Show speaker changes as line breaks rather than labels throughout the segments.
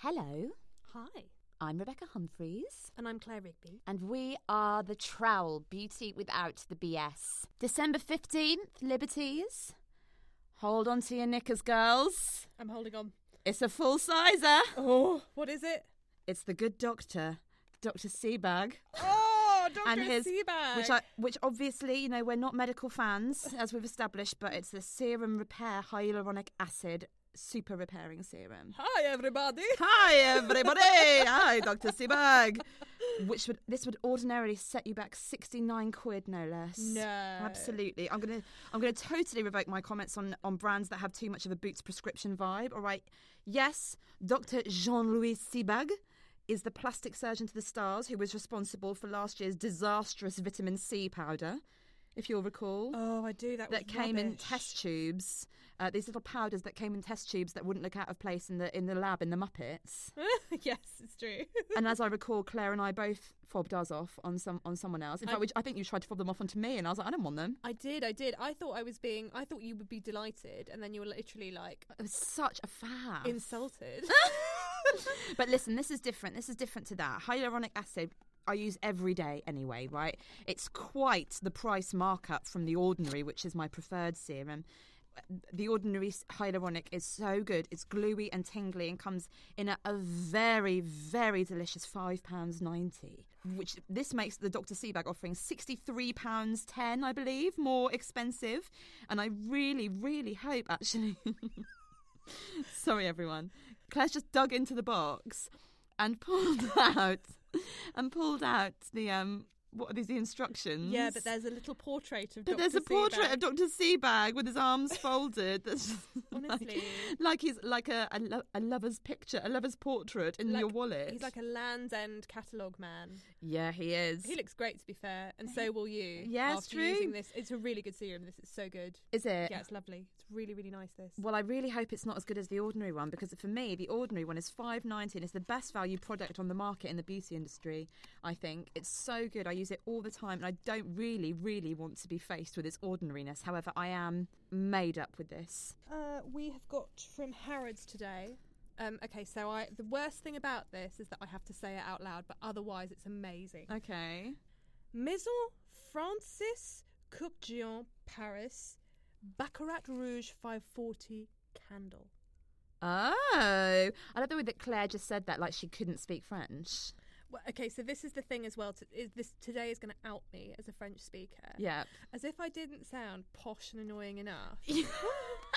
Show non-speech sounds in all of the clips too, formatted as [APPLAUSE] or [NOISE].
Hello,
Hi,
I'm Rebecca Humphreys.
and I'm Claire Rigby.
And we are the Trowel Beauty Without the BS. December 15th, Liberties. Hold on to your knickers, girls.
I'm holding on.
It's a full sizer.
Oh, what is it?
It's the good doctor, Dr. Seabag.
Oh, Dr.
and his,
Seabag.
which I, which obviously, you know, we're not medical fans, as we've established, but it's the serum repair hyaluronic acid super repairing serum.
Hi, everybody.
Hi everybody! Hi, Dr. Seabag. Which would this would ordinarily set you back sixty nine quid, no less.
No.
absolutely. I'm gonna I'm gonna totally revoke my comments on on brands that have too much of a Boots prescription vibe. All right. Yes, Dr. Jean Louis Seabag is the plastic surgeon to the stars who was responsible for last year's disastrous vitamin C powder, if you'll recall
Oh, I do. That,
that
was
came in
rubbish. [LAUGHS]
test tubes. Uh, these little powders that came in test tubes that wouldn't look out of place in the in the lab in the Muppets.
yes, it's true.
and as I recall, Claire and I both fobbed ours off on some on someone else. In fact, we, I think you tried to fob them off onto me, and I was like, I don't want them.
I did. I did. I thought I was being. I thought you would be delighted, and then you were literally like
It was such a fab.
insulted.
[LAUGHS] but listen, this is different. This is different to that. Hyaluronic acid I use every day anyway, right? It's quite the price markup from the ordinary, which is my preferred serum. The ordinary s- hyaluronic is so good. It's gluey and tingly and comes in a, a very, very delicious five pounds ninety. Which this makes the Dr. Seabag offering sixty three pounds ten, I believe, more expensive. And I really, really hope actually [LAUGHS] Sorry, everyone. Claire's just dug into the box and [LAUGHS] pulled out and pulled out the um. What are these? The instructions.
[LAUGHS] yeah, but there's a little portrait of.
But
Dr.
there's a portrait
Seabag.
of Doctor Seabag with his arms folded. [LAUGHS] That's just
[LAUGHS] Honestly.
like, like he's like a a, lo- a lover's picture, a lover's portrait in
Like-
your wallet.
[LAUGHS] He's like a Land's End catalogue man.
yeah, he is.
He looks great, to be fair, and so will you.
Yeah, it's
after using
true.
this, it's a really good serum. This is so good.
is it?
Yeah, it's lovely. It's really, really nice. This.
Well, I really hope it's not as good as the ordinary one because for me, the ordinary one is five ninety and it's the best value product on the market in the beauty industry. I think it's so good. I use it all the time, and I don't really, really want to be faced with its ordinariness. However, I am made up with this.
Uh, we have got from Harrods today. Um, okay, so I the worst thing about this is that I have to say it out loud, but otherwise it's amazing.
Okay.
Maison Francis Courgian Paris Baccarat Rouge 540 candle.
Oh, I love the way that Claire just said that, like she couldn't speak French.
Well, okay, so this is the thing as well. To, is this today is going to out me as a French speaker?
Yeah.
As if I didn't sound posh and
[LAUGHS]
annoying enough. [LAUGHS]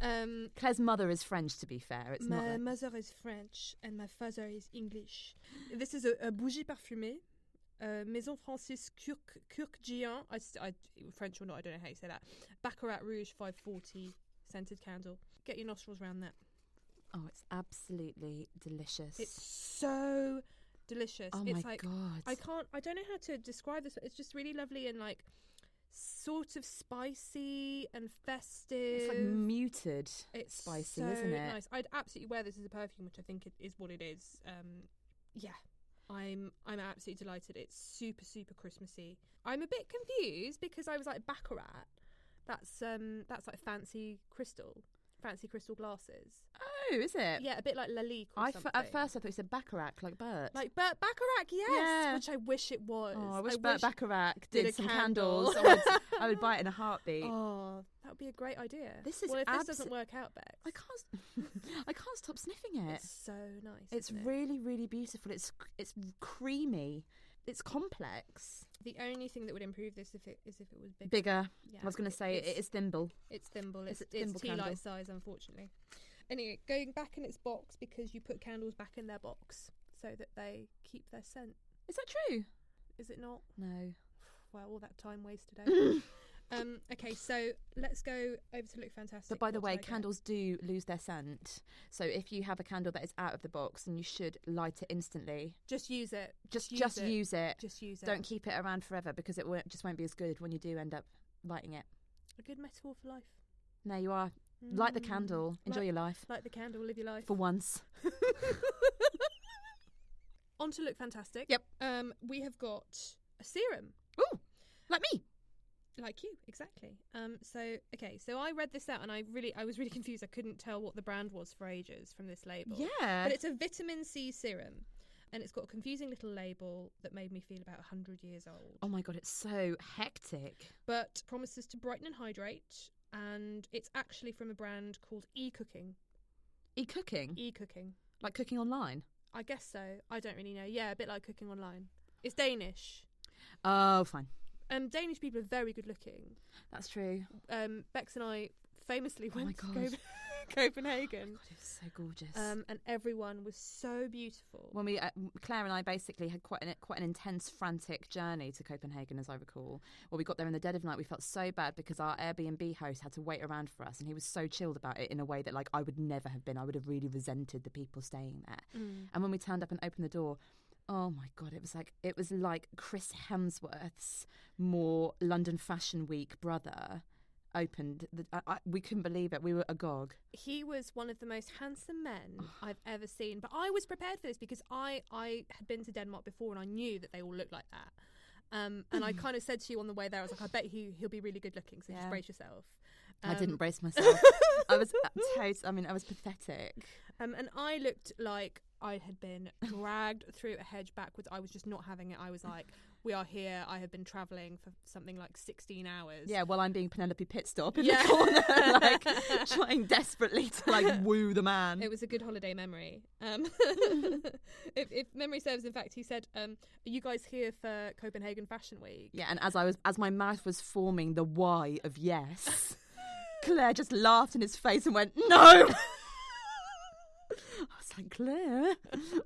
um,
Claire's mother is French, to be fair. It's not.
my
Like...
mother is French and my father is English. This is a, a bougie parfumée. Uh, Maison Francis Kirk, Kirkjian. I, st- I, French or not, I don't know how you say that. Baccarat Rouge 540 scented candle. Get your nostrils round that.
Oh, it's absolutely delicious.
It's so delicious.
oh
it's
my
like
god.
I can't. I don't know how to describe this. But it's just really lovely and like sort of spicy and festive.
It's like muted.
It's
spicy,
so
isn't it?
Nice. I'd absolutely wear this as a perfume, which I think it is what it is. Um, yeah, I'm I'm absolutely delighted. It's super super Christmassy. I'm a bit confused because I was like baccarat. That's um that's like fancy crystal, fancy crystal glasses.
Oh, is it?
Yeah, a bit like Lalique or
I f-
something.
at first I thought you said Bacharach, like Bert.
Like Bert Baccarat, yes,
Yeah.
which I wish it was.
oh, I wish Bert Bacharach did,
did a
some
candle.
candles. I, would, I would buy it in [LAUGHS] a heartbeat.
[LAUGHS] Oh, that would be a great idea.
This is
well, if
abso-
this doesn't work out, Bex,
I [LAUGHS] can't. I can't stop sniffing it.
It's so nice.
It's
isn't it?
really, really beautiful. It's it's creamy. It's complex.
the only thing that would improve this if it is if it was bigger.
Bigger.
Yeah,
I was going to say
it's,
it is thimble.
it's thimble.
it's
It's,
a
it's,
thimble
tea
candle.
light size, unfortunately. Anyway, going back in its box because you put candles back in their box so that they keep their scent.
Is that true?
Is it not?
No.
Well, all that time wasted.
[LAUGHS]
Over. um. Okay, so let's go over to look fantastic.
But by the
What did
way,
I get?
candles do lose their scent. So if you have a candle that is out of the box, then you should light it instantly.
Just use it.
Just
use
just
it.
use it.
Just use it.
Don't keep it around forever because it won't, just won't be as good when you do end up lighting it.
A good metaphor for life.
There you are. Light the
Mm.
candle. Enjoy
Light-
your life.
Light the candle. Live your life.
For [LAUGHS] once.
[LAUGHS] On to look fantastic.
Yep.
Um, we have got a serum.
Ooh, like me.
Like you, exactly. Um, so okay, so I read this out and I really, I was really [LAUGHS] confused. I couldn't tell what the brand was for ages from this label.
Yeah.
But it's a vitamin C serum, and it's got a confusing little label that made me feel about hundred years old.
oh my god, it's so hectic.
But promises to brighten and hydrate, and it's actually from a brand called E Cooking.
E cooking,
E Cooking.
like cooking online.
I guess so. I don't really know. Yeah, a bit like cooking online. It's Danish.
Oh, fine.
Um, Danish people are very good looking.
That's true.
Um, Bex and I famously
Oh my
went to
God. [LAUGHS]
Copen- [LAUGHS] Copenhagen,
God, it's so gorgeous.
um, and everyone was so beautiful.
when we uh, m- Claire and I basically had quite an quite an intense frantic journey to Copenhagen as I recall. Well we got there in the dead of night we felt so bad because our Airbnb host had to wait around for us and he was so chilled about it in a way that like I would never have been. I would have really resented the people staying there.
Mm.
And when we turned up and opened the door, oh my god, it was like it was like Chris Hemsworth's more London Fashion Week brother opened the I, I, we couldn't believe it. We were agog.
He was one of the most handsome men
Ah.
I've ever seen. But I was prepared for this because I, I had been to Denmark before and I knew that they all looked like that. Um, and I kind of said to you on the way there, I was like, I bet he, he'll be really good looking, so just
Mm. Yeah.
brace yourself.
I didn't
Um, [LAUGHS]
brace myself. I was total I mean I was pathetic.
Um, and I looked like I had been dragged through a hedge backwards. I was just not having it. I was like, we are here. I have been travelling for something like 16 hours.
Yeah, well, I'm being Penelope Pitstop in
Yeah.
the
[LAUGHS]
corner, like trying desperately to like woo the man.
It was a good holiday memory. Um, [LAUGHS] if, if memory serves, in fact, he said, um, Are you guys here for Copenhagen Fashion [LAUGHS] Week?
yeah, and as I was, as my mouth was forming the Y of yes, [LAUGHS] Claire just laughed in his face and went, "No." [LAUGHS] I was like, Claire,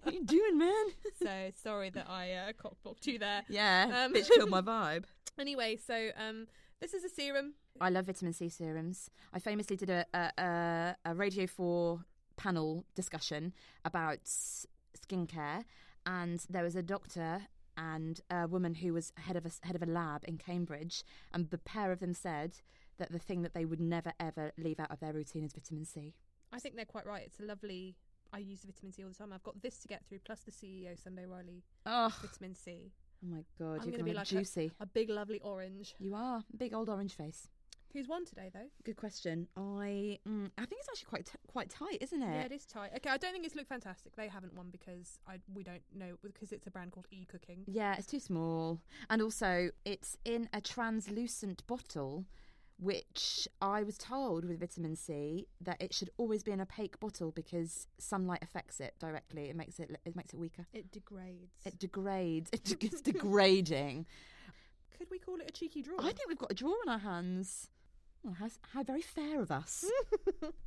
what are you doing, man?
so sorry that I uh, cockblocked you there.
Yeah,
Um,
bitch killed my vibe.
Anyway, so um, this is a serum.
I love vitamin C serums. I famously did a a, a, a Radio Four panel discussion about s- skincare, and there was a doctor and a woman who was head of a head of a lab in Cambridge, and the pair of them said that the thing that they would never ever leave out of their routine is vitamin C.
I think they're quite right. It's a lovely. I use vitamin C all the time. I've got this to get through, plus the CEO Sunday Riley
Oh,
vitamin C.
my god,
I'm
you're
gonna
gonna
be
look
like a-
juicy.
A big, lovely orange.
You are big old orange face.
Who's won today, though?
Good question. I mm, I think it's actually quite t- quite tight, isn't it?
Yeah, it is tight. Okay, I don't think it's looked fantastic. They haven't won because I we don't know because it's a brand called E Cooking.
Yeah, it's too small. And also, it's in a translucent bottle, which I was told with vitamin C that it should always be an opaque bottle because sunlight affects it directly. It makes it it makes it weaker.
It degrades.
It degrades. [LAUGHS] It de- it's degrading.
Could we call it a cheeky draw?
I think we've got a draw on our hands. Oh, how, s- how very fair of us.